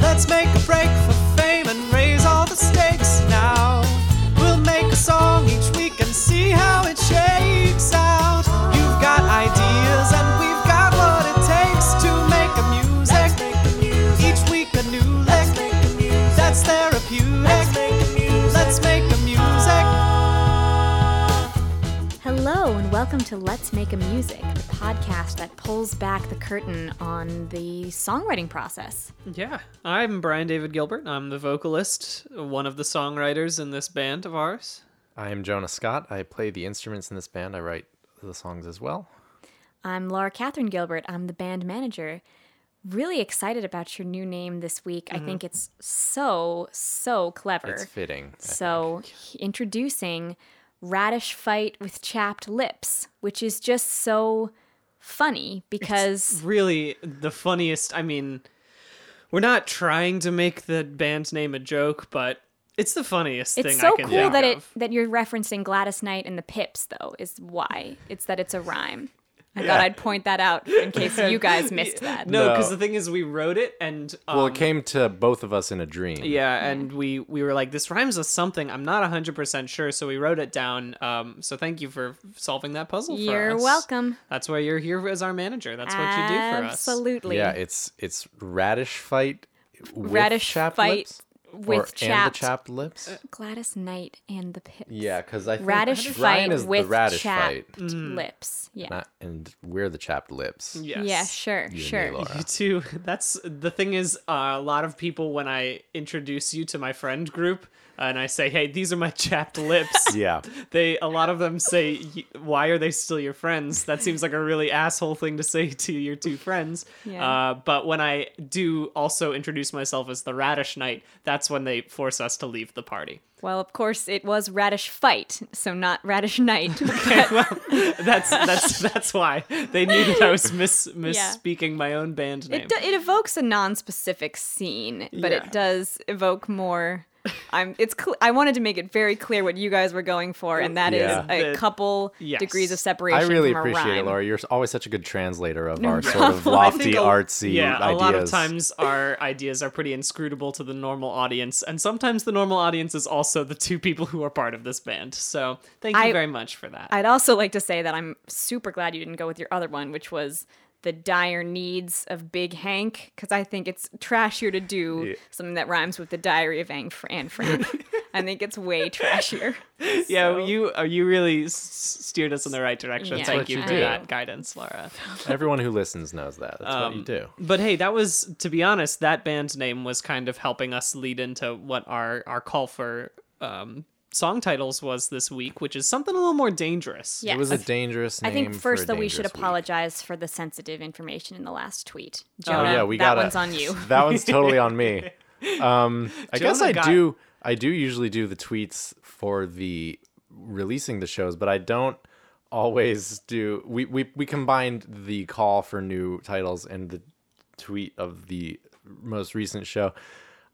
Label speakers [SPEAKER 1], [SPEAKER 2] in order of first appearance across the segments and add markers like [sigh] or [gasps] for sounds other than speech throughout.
[SPEAKER 1] Let's make a break for fame and raise all the stakes now. We'll make a song each week and see how it shakes out. You've got ideas and we've got what it takes to make a music. Each week a new lick. That's therapeutic. Let's make a music.
[SPEAKER 2] Hello, and welcome to Let's Make a Music, the podcast that pulls back the curtain on the songwriting process.
[SPEAKER 1] Yeah, I'm Brian David Gilbert. I'm the vocalist, one of the songwriters in this band of ours.
[SPEAKER 3] I am Jonah Scott. I play the instruments in this band. I write the songs as well.
[SPEAKER 2] I'm Laura Catherine Gilbert, I'm the band manager. Really excited about your new name this week. I think it's so, so clever.
[SPEAKER 3] It's fitting.
[SPEAKER 2] so, he- introducing Radish Fight with Chapped Lips, which is just so funny because
[SPEAKER 1] Really, the funniest. I mean, we're not trying to make the band's name a joke, but it's the funniest
[SPEAKER 2] It's
[SPEAKER 1] thing
[SPEAKER 2] so
[SPEAKER 1] I can
[SPEAKER 2] cool
[SPEAKER 1] think
[SPEAKER 2] that it
[SPEAKER 1] of.
[SPEAKER 2] that you're referencing Gladys Knight and the Pips, though, is why. It's that it's a rhyme. I thought I'd point that out in case
[SPEAKER 1] [laughs]
[SPEAKER 2] you guys missed that.
[SPEAKER 1] No, because
[SPEAKER 3] No.
[SPEAKER 1] the thing is, we wrote it and um,
[SPEAKER 3] well, it came to both of us in a dream.
[SPEAKER 1] yeah, and we we were like, this rhymes with something. I'm not 100 percent sure, so we wrote it down. Um, so thank you for solving that puzzle. for
[SPEAKER 2] You're
[SPEAKER 1] us.
[SPEAKER 2] welcome.
[SPEAKER 1] That's why you're here as our manager. That's what you do for us.
[SPEAKER 2] Absolutely.
[SPEAKER 3] Yeah, it's it's radish fight with
[SPEAKER 2] Radish
[SPEAKER 3] chapped
[SPEAKER 2] fight
[SPEAKER 3] lips?
[SPEAKER 2] with
[SPEAKER 3] or, and
[SPEAKER 2] chapped-
[SPEAKER 3] the chapped lips.
[SPEAKER 2] Gladys Knight and the Pips.
[SPEAKER 3] Yeah, because I think
[SPEAKER 2] Radish
[SPEAKER 3] Ryan
[SPEAKER 2] fight
[SPEAKER 3] is
[SPEAKER 2] with
[SPEAKER 3] the radish
[SPEAKER 2] chapped
[SPEAKER 3] fight,
[SPEAKER 1] Mm.
[SPEAKER 2] lips. Yeah.
[SPEAKER 3] not, and we're the chapped lips.
[SPEAKER 1] Yes.
[SPEAKER 2] Yeah, sure,
[SPEAKER 3] You and me,
[SPEAKER 2] sure. [laughs]
[SPEAKER 3] Laura.
[SPEAKER 1] You too. [laughs] That's the thing is, uh, a lot of people when I introduce you to my friend group uh, and I say, "Hey, these are my [laughs] chapped lips."
[SPEAKER 3] Yeah,
[SPEAKER 1] They a lot of them say, "Y- "Why are they still your friends?" That seems like a really asshole thing to say [laughs] to your two friends.
[SPEAKER 2] Yeah.
[SPEAKER 1] Uh, but when I do also introduce myself as the Radish Knight, that's when they force us to leave the party.
[SPEAKER 2] Well, of course, it was Radish Fight, so not Radish Knight. [laughs]
[SPEAKER 1] That's that's [laughs] that's why they knew that I
[SPEAKER 2] [laughs]
[SPEAKER 1] was mis misspeaking my own band name.
[SPEAKER 2] It, do, it evokes a non-specific scene, but
[SPEAKER 1] Yeah.
[SPEAKER 2] it does evoke more. I'm. It's. Cl- I wanted to make it very clear what you guys were going for, and that is
[SPEAKER 3] Yeah.
[SPEAKER 2] a
[SPEAKER 1] The-
[SPEAKER 2] couple
[SPEAKER 1] yes.
[SPEAKER 2] degrees of separation.
[SPEAKER 3] I really
[SPEAKER 2] from a
[SPEAKER 3] appreciate it,
[SPEAKER 2] rhyme.
[SPEAKER 3] Laura. You're always such a good translator
[SPEAKER 2] [laughs]
[SPEAKER 3] of our sort of lofty,
[SPEAKER 1] think a-
[SPEAKER 3] artsy
[SPEAKER 1] yeah,
[SPEAKER 3] ideas.
[SPEAKER 1] a lot of times our ideas are pretty inscrutable to the normal audience, and sometimes the normal audience is also the two people who are part of this band. So thank you
[SPEAKER 2] I-
[SPEAKER 1] very much for that.
[SPEAKER 2] I'd also like to say that I'm super glad you didn't go with your other one, which was the dire needs of Big Hank, because I think it's trashier to do something that rhymes with the Diary of Ang- Anne
[SPEAKER 3] [laughs]
[SPEAKER 2] Frank. I think it's way trashier.
[SPEAKER 1] yeah,
[SPEAKER 2] So-
[SPEAKER 1] you uh, you really s- steered us in the right direction.
[SPEAKER 2] Yeah. That's
[SPEAKER 1] thank
[SPEAKER 3] what
[SPEAKER 1] you
[SPEAKER 3] you
[SPEAKER 1] for
[SPEAKER 3] do.
[SPEAKER 1] that guidance, Laura.
[SPEAKER 3] Everyone who listens knows that. That's
[SPEAKER 2] Um,
[SPEAKER 3] what you do.
[SPEAKER 1] But hey, that was to be honest, that band name was kind of helping us lead into what our our call for um, song titles was this week, which is something a little more dangerous.
[SPEAKER 2] Yeah.
[SPEAKER 3] It was a dangerous name.
[SPEAKER 2] I think
[SPEAKER 3] for a
[SPEAKER 2] first that we should
[SPEAKER 3] dangerous week.
[SPEAKER 2] apologize for the sensitive information in the last tweet.
[SPEAKER 3] Oh
[SPEAKER 2] Jonah,
[SPEAKER 3] yeah, we
[SPEAKER 2] that
[SPEAKER 3] got
[SPEAKER 2] one's on
[SPEAKER 3] [laughs]
[SPEAKER 2] you.
[SPEAKER 3] that one's totally on
[SPEAKER 2] [laughs]
[SPEAKER 3] me. Um, I guess
[SPEAKER 1] Jonah
[SPEAKER 3] I
[SPEAKER 1] got-
[SPEAKER 3] do. I do usually do the tweets for the releasing the shows, but I don't always do. We we we combined the call for new titles and the tweet of the most recent show.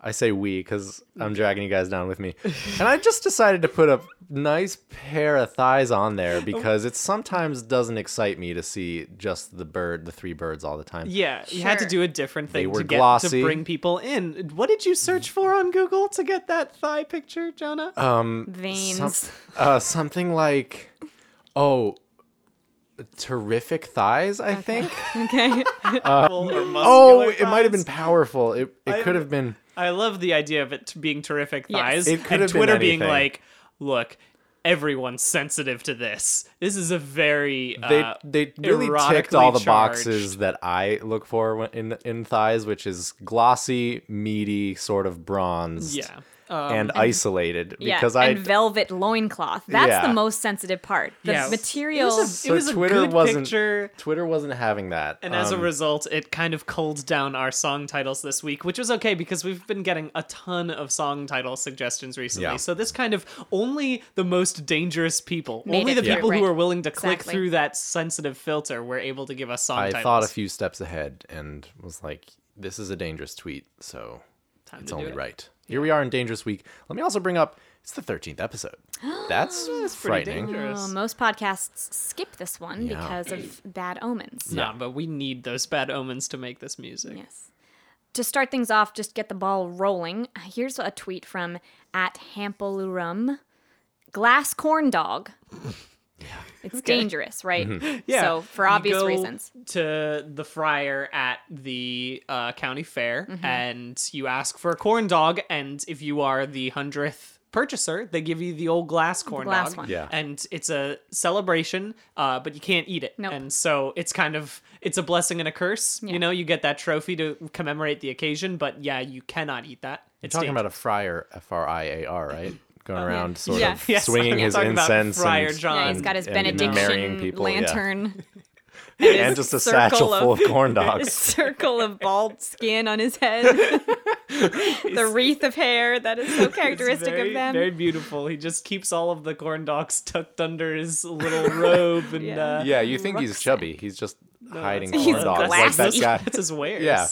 [SPEAKER 3] I say we because I'm dragging you guys down with me, and I just decided to put a nice pair of thighs on there because it sometimes doesn't excite me to see just the bird, the three birds all the time.
[SPEAKER 1] Yeah, you had to
[SPEAKER 2] Sure.
[SPEAKER 1] do a different thing
[SPEAKER 3] They were
[SPEAKER 1] to get to
[SPEAKER 3] glossy.
[SPEAKER 1] bring people in. What did you search for on Google to get that thigh picture, Jonah?
[SPEAKER 3] Uh,
[SPEAKER 2] Veins.
[SPEAKER 3] Some- uh, something like, oh, terrific thighs. I think.
[SPEAKER 2] okay.
[SPEAKER 3] Oh, it might have been powerful. It it could have been.
[SPEAKER 1] I love the idea of it t- being terrific
[SPEAKER 2] Yes.
[SPEAKER 1] thighs
[SPEAKER 3] It could
[SPEAKER 1] and
[SPEAKER 3] have been
[SPEAKER 1] Twitter being
[SPEAKER 3] anything.
[SPEAKER 1] like, "Look, everyone's sensitive to this. This is a very
[SPEAKER 3] They
[SPEAKER 1] uh,
[SPEAKER 3] they really ticked
[SPEAKER 1] erotically
[SPEAKER 3] all the
[SPEAKER 1] charged-
[SPEAKER 3] boxes that I look for when- in in thighs, which is glossy, meaty, sort of bronzed,
[SPEAKER 1] Yeah, um,
[SPEAKER 3] and isolated.
[SPEAKER 2] Yeah,
[SPEAKER 3] Because I
[SPEAKER 2] and velvet loincloth. That's the
[SPEAKER 3] Yeah.
[SPEAKER 2] most sensitive part. The
[SPEAKER 1] Yeah.
[SPEAKER 2] material.
[SPEAKER 1] It was a,
[SPEAKER 3] So
[SPEAKER 1] it was a
[SPEAKER 3] Twitter
[SPEAKER 1] good
[SPEAKER 3] wasn't-
[SPEAKER 1] picture.
[SPEAKER 3] Twitter wasn't having that.
[SPEAKER 1] And as a
[SPEAKER 3] Um,
[SPEAKER 1] result, it kind of culled down our song titles this week, which was okay because we've been getting a ton of song title suggestions recently.
[SPEAKER 3] Yeah.
[SPEAKER 1] So this kind of only the most dangerous people,
[SPEAKER 2] Made
[SPEAKER 1] only
[SPEAKER 2] it
[SPEAKER 1] the
[SPEAKER 2] through,
[SPEAKER 1] people who
[SPEAKER 2] right.
[SPEAKER 1] are willing to click
[SPEAKER 2] Exactly.
[SPEAKER 1] through that sensitive filter were able to give us song
[SPEAKER 3] I
[SPEAKER 1] titles.
[SPEAKER 3] thought a few steps ahead and was like, "This is a dangerous tweet." So
[SPEAKER 1] Time
[SPEAKER 3] It's
[SPEAKER 1] to do
[SPEAKER 3] only
[SPEAKER 1] it.
[SPEAKER 3] right. Here we are in Dangerous Week. Let me also bring up it's the 13th [gasps] episode. That's,
[SPEAKER 1] pretty
[SPEAKER 3] frightening.
[SPEAKER 1] dangerous.
[SPEAKER 2] Oh, most podcasts skip this one
[SPEAKER 3] Yeah. [clears throat]
[SPEAKER 2] because of bad omens.
[SPEAKER 1] Nah, but we need those bad omens to make this music.
[SPEAKER 2] Yes. to start things off, just get the ball rolling. Here's a tweet from at Hampelurum. Glass corn
[SPEAKER 3] [laughs]
[SPEAKER 2] dog. It's dangerous, right?
[SPEAKER 3] Mm-hmm.
[SPEAKER 1] Yeah.
[SPEAKER 2] So for
[SPEAKER 1] you
[SPEAKER 2] obvious
[SPEAKER 1] go
[SPEAKER 2] reasons.
[SPEAKER 1] To the fryer at the uh, county fair,
[SPEAKER 2] Mm-hmm.
[SPEAKER 1] and you ask for a corn dog, and if you are the hundredth purchaser, they give you the old glass corn
[SPEAKER 2] glass
[SPEAKER 1] dog.
[SPEAKER 2] one.
[SPEAKER 3] Yeah.
[SPEAKER 1] And it's a celebration, uh, but you can't eat it.
[SPEAKER 2] Nope.
[SPEAKER 1] And so it's kind of it's a blessing and a curse.
[SPEAKER 2] Yeah.
[SPEAKER 1] You know, you get that trophy to commemorate the occasion, but yeah, you cannot eat that. It's
[SPEAKER 3] talking
[SPEAKER 1] dangerous.
[SPEAKER 3] about a friar, F R I A R, [laughs] right? Going around sort
[SPEAKER 2] Yeah.
[SPEAKER 3] [laughs] of
[SPEAKER 1] Yes,
[SPEAKER 3] swinging
[SPEAKER 1] I'm
[SPEAKER 3] his
[SPEAKER 1] talking about
[SPEAKER 3] incense
[SPEAKER 1] Friar
[SPEAKER 3] and,
[SPEAKER 1] John.
[SPEAKER 2] Yeah, he's
[SPEAKER 1] and-
[SPEAKER 2] got his
[SPEAKER 3] and marrying
[SPEAKER 2] benediction
[SPEAKER 3] people, yeah. [laughs]
[SPEAKER 2] lantern
[SPEAKER 3] and, just a
[SPEAKER 2] circle
[SPEAKER 3] satchel full of
[SPEAKER 2] of-
[SPEAKER 3] corn
[SPEAKER 2] a [laughs]
[SPEAKER 3] dogs.
[SPEAKER 2] circle of bald skin on his
[SPEAKER 3] [laughs]
[SPEAKER 2] head [laughs] the wreath of hair that is so characteristic
[SPEAKER 1] very,
[SPEAKER 2] of them
[SPEAKER 1] Very beautiful. He just keeps all of the corn dogs tucked under his little
[SPEAKER 2] [laughs]
[SPEAKER 1] robe and
[SPEAKER 2] Yeah.
[SPEAKER 1] uh,
[SPEAKER 3] yeah, you think he's chubby. He's just hiding
[SPEAKER 1] Oh, that's-
[SPEAKER 3] corn
[SPEAKER 2] He's
[SPEAKER 3] dogs. Like
[SPEAKER 1] [laughs]
[SPEAKER 3] that
[SPEAKER 2] glassy.
[SPEAKER 3] guy.
[SPEAKER 2] [laughs]
[SPEAKER 1] That's his wares.
[SPEAKER 3] Yeah.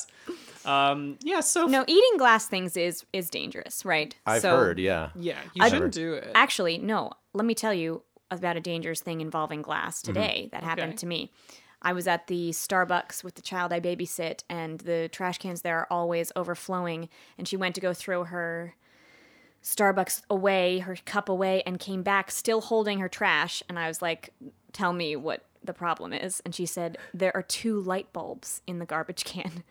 [SPEAKER 1] Um, yeah. So
[SPEAKER 2] no eating glass things is is dangerous right
[SPEAKER 3] I've
[SPEAKER 2] so,
[SPEAKER 3] heard, yeah.
[SPEAKER 1] yeah, you shouldn't do it.
[SPEAKER 2] actually no let me tell you about a dangerous thing involving glass today that happened
[SPEAKER 1] Mm-hmm. Okay.
[SPEAKER 2] to me i was at the starbucks with the child i babysit and the trash cans there are always overflowing and she went to go throw her starbucks away her cup away and came back still holding her trash and i was like tell me what the problem is and she said there are two light bulbs in the garbage can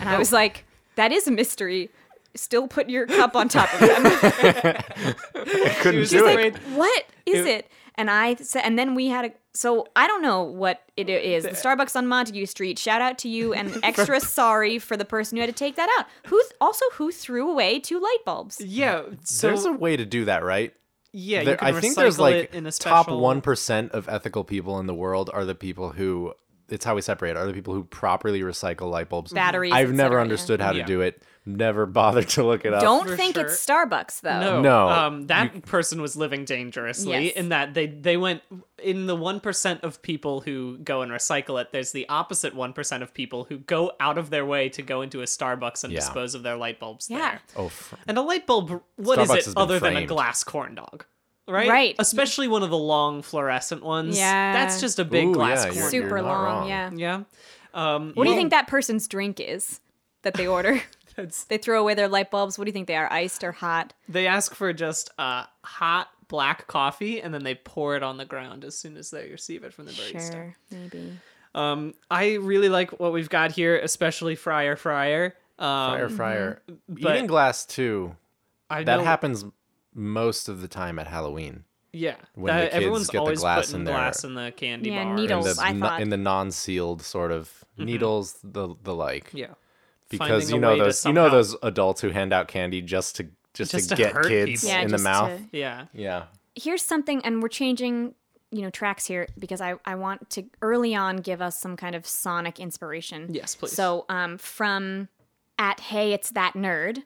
[SPEAKER 2] and i was like that is a mystery still put your cup on top of them
[SPEAKER 3] Couldn't
[SPEAKER 1] was just
[SPEAKER 3] do it.
[SPEAKER 1] afraid-
[SPEAKER 2] what is it? And I said, and then we had a. So I don't know what it is. The Starbucks on Montague Street. Shout out to you,
[SPEAKER 3] [laughs]
[SPEAKER 2] and extra sorry for the person who had to take that out. Who's also who threw away two light bulbs?
[SPEAKER 1] yeah. So
[SPEAKER 3] There's a way to do that, right?
[SPEAKER 1] yeah, you
[SPEAKER 3] There-
[SPEAKER 1] can
[SPEAKER 3] I think
[SPEAKER 1] recycle
[SPEAKER 3] there's like
[SPEAKER 1] it in a
[SPEAKER 3] top
[SPEAKER 1] special-
[SPEAKER 3] one percent of ethical people in the world are the people who. It's how we separate. Are the people who properly recycle light bulbs?
[SPEAKER 2] Batteries,
[SPEAKER 3] I've
[SPEAKER 2] et
[SPEAKER 3] never
[SPEAKER 2] cetera, yeah.
[SPEAKER 3] understood how to
[SPEAKER 1] Yeah.
[SPEAKER 3] do it. Never bothered [laughs] to look it up.
[SPEAKER 2] Don't
[SPEAKER 1] for
[SPEAKER 2] think
[SPEAKER 1] sure.
[SPEAKER 2] it's Starbucks though.
[SPEAKER 1] No,
[SPEAKER 3] No.
[SPEAKER 1] Um, that person was living dangerously
[SPEAKER 2] Yes.
[SPEAKER 1] in that they they went in the one percent of people who go and recycle it. There's the opposite one percent of people who go out of their way to go into a Starbucks and
[SPEAKER 3] Yeah.
[SPEAKER 1] dispose of their light bulbs
[SPEAKER 2] Yeah.
[SPEAKER 1] there.
[SPEAKER 3] Oh, fr-
[SPEAKER 1] And a light bulb, what is
[SPEAKER 3] Starbucks has
[SPEAKER 1] it
[SPEAKER 3] been
[SPEAKER 1] other than a
[SPEAKER 3] framed.
[SPEAKER 1] glass corn dog? Right?
[SPEAKER 2] Right.
[SPEAKER 1] Especially one of the long fluorescent ones.
[SPEAKER 2] Yeah.
[SPEAKER 1] That's just a big
[SPEAKER 3] Ooh,
[SPEAKER 1] glass
[SPEAKER 3] yeah,
[SPEAKER 1] corn.
[SPEAKER 3] you're-
[SPEAKER 2] super
[SPEAKER 3] not
[SPEAKER 2] long.
[SPEAKER 3] wrong.
[SPEAKER 2] Yeah.
[SPEAKER 1] Yeah. Um,
[SPEAKER 2] What do you think that person's drink is that they
[SPEAKER 3] [laughs]
[SPEAKER 2] order?
[SPEAKER 1] That's-
[SPEAKER 2] they throw away their light bulbs. What do you think they are? Iced or hot?
[SPEAKER 1] they ask for just uh, hot black coffee and then they pour it on the ground as soon as they receive it from the barista.
[SPEAKER 2] Sure, maybe.
[SPEAKER 1] Um, I really like what we've got here, especially Fryer Fryer. Um,
[SPEAKER 3] fryer, fryer.
[SPEAKER 1] But-
[SPEAKER 3] Eating glass too.
[SPEAKER 1] I
[SPEAKER 3] That
[SPEAKER 1] know-
[SPEAKER 3] happens most of the time at Halloween.
[SPEAKER 1] Yeah.
[SPEAKER 3] when the
[SPEAKER 1] That-
[SPEAKER 3] kids
[SPEAKER 1] everyone's
[SPEAKER 3] get the
[SPEAKER 1] always
[SPEAKER 3] glass
[SPEAKER 1] putting
[SPEAKER 3] in their-
[SPEAKER 1] glass in the candy
[SPEAKER 2] Yeah,
[SPEAKER 1] bar.
[SPEAKER 2] needles.
[SPEAKER 3] in the,
[SPEAKER 2] Oh, I
[SPEAKER 3] no-
[SPEAKER 2] thought.
[SPEAKER 3] in the non-sealed sort of needles, the the like.
[SPEAKER 1] Mm-hmm. Yeah.
[SPEAKER 3] Because
[SPEAKER 1] Finding
[SPEAKER 3] you
[SPEAKER 1] a
[SPEAKER 3] know
[SPEAKER 1] way to
[SPEAKER 3] those you know
[SPEAKER 1] somehow-
[SPEAKER 3] those adults who hand out candy just to just,
[SPEAKER 1] Just to
[SPEAKER 3] to get
[SPEAKER 1] hurt
[SPEAKER 3] kids
[SPEAKER 1] people.
[SPEAKER 2] Yeah,
[SPEAKER 3] in the
[SPEAKER 2] just
[SPEAKER 3] mouth.
[SPEAKER 2] to-
[SPEAKER 1] Yeah.
[SPEAKER 3] Yeah.
[SPEAKER 2] here's something and we're changing you know tracks here because i i want to early on give us some kind of sonic inspiration
[SPEAKER 1] Yes, please.
[SPEAKER 2] so um from at hey it's that nerd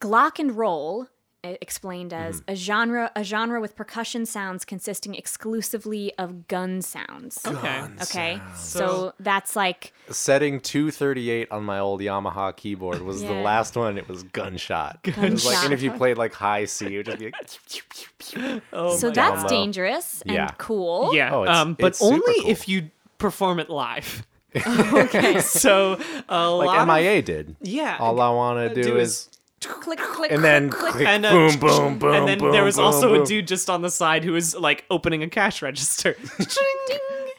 [SPEAKER 2] glock and roll uh, explained as
[SPEAKER 1] Mm-hmm.
[SPEAKER 2] a genre a genre with percussion sounds consisting exclusively of gun sounds
[SPEAKER 1] Okay.
[SPEAKER 2] okay so,
[SPEAKER 1] So-
[SPEAKER 2] that's like
[SPEAKER 3] setting 238 on my old Yamaha keyboard was the
[SPEAKER 2] Yeah.
[SPEAKER 3] last one. It was gunshot. It was like, and if you played like high C, it would just
[SPEAKER 2] [laughs]
[SPEAKER 3] be like,
[SPEAKER 1] Oh
[SPEAKER 2] so
[SPEAKER 1] my
[SPEAKER 2] that's
[SPEAKER 3] low.
[SPEAKER 2] dangerous and
[SPEAKER 3] Yeah.
[SPEAKER 2] cool
[SPEAKER 1] Yeah,
[SPEAKER 3] Oh, it's-
[SPEAKER 1] um, but
[SPEAKER 3] it's super
[SPEAKER 1] only
[SPEAKER 3] cool.
[SPEAKER 1] if you perform it
[SPEAKER 2] [laughs]
[SPEAKER 1] live. okay. [laughs] So a
[SPEAKER 3] like
[SPEAKER 1] lot of-
[SPEAKER 3] MIA did.
[SPEAKER 1] yeah.
[SPEAKER 3] All I want to do
[SPEAKER 1] do
[SPEAKER 3] is,
[SPEAKER 1] is-
[SPEAKER 2] click click
[SPEAKER 3] and then
[SPEAKER 2] click,
[SPEAKER 3] click,
[SPEAKER 2] click.
[SPEAKER 1] And, uh,
[SPEAKER 3] boom, boom, boom,
[SPEAKER 1] and then
[SPEAKER 3] boom,
[SPEAKER 1] there was
[SPEAKER 3] boom,
[SPEAKER 1] also
[SPEAKER 3] boom.
[SPEAKER 1] a dude just on the side who was like opening a cash
[SPEAKER 3] [laughs]
[SPEAKER 1] register. Ching.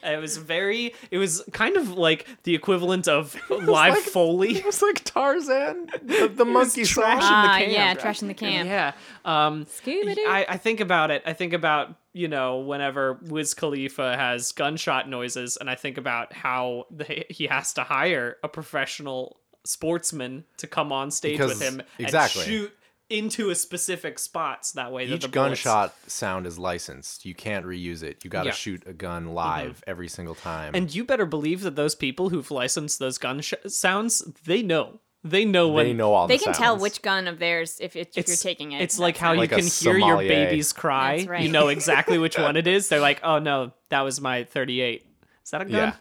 [SPEAKER 1] It was very. It was kind of like the equivalent
[SPEAKER 3] [laughs]
[SPEAKER 1] of live
[SPEAKER 3] like-
[SPEAKER 1] Foley.
[SPEAKER 3] [laughs] It was like Tarzan, [laughs] the, the monkey song.
[SPEAKER 1] trashing
[SPEAKER 2] Ah,
[SPEAKER 1] the
[SPEAKER 2] yeah
[SPEAKER 1] camp.
[SPEAKER 2] trash in the camp
[SPEAKER 1] Yeah. Um,
[SPEAKER 2] Scooby-Doo.
[SPEAKER 1] I, I think about it. I think about, you know, whenever Wiz Khalifa has gunshot noises, and I think about how the, he has to hire a professional sportsman to come on stage
[SPEAKER 3] Because-
[SPEAKER 1] with him
[SPEAKER 3] exactly.
[SPEAKER 1] and shoot into a specific spot so that way that the
[SPEAKER 3] Each
[SPEAKER 1] bullets-
[SPEAKER 3] gunshot sound is licensed. You can't reuse it. You got to
[SPEAKER 1] Yeah. Mm-hmm.
[SPEAKER 3] shoot a gun live every single time.
[SPEAKER 1] And you better believe that those people who've licensed those gun sh- sounds, they know. They know when
[SPEAKER 3] they know all
[SPEAKER 2] They
[SPEAKER 3] the
[SPEAKER 2] can tell
[SPEAKER 3] sounds.
[SPEAKER 2] which gun of theirs if, it, if you're
[SPEAKER 1] It's-
[SPEAKER 2] taking it.
[SPEAKER 1] It's like how
[SPEAKER 3] Like a
[SPEAKER 1] you can hear your
[SPEAKER 3] sommelier.
[SPEAKER 1] baby's cry.
[SPEAKER 2] That's right.
[SPEAKER 1] You know exactly
[SPEAKER 3] [laughs]
[SPEAKER 1] which one it is. They're like, oh no, that was my 38. Is that a gun?
[SPEAKER 3] Yeah.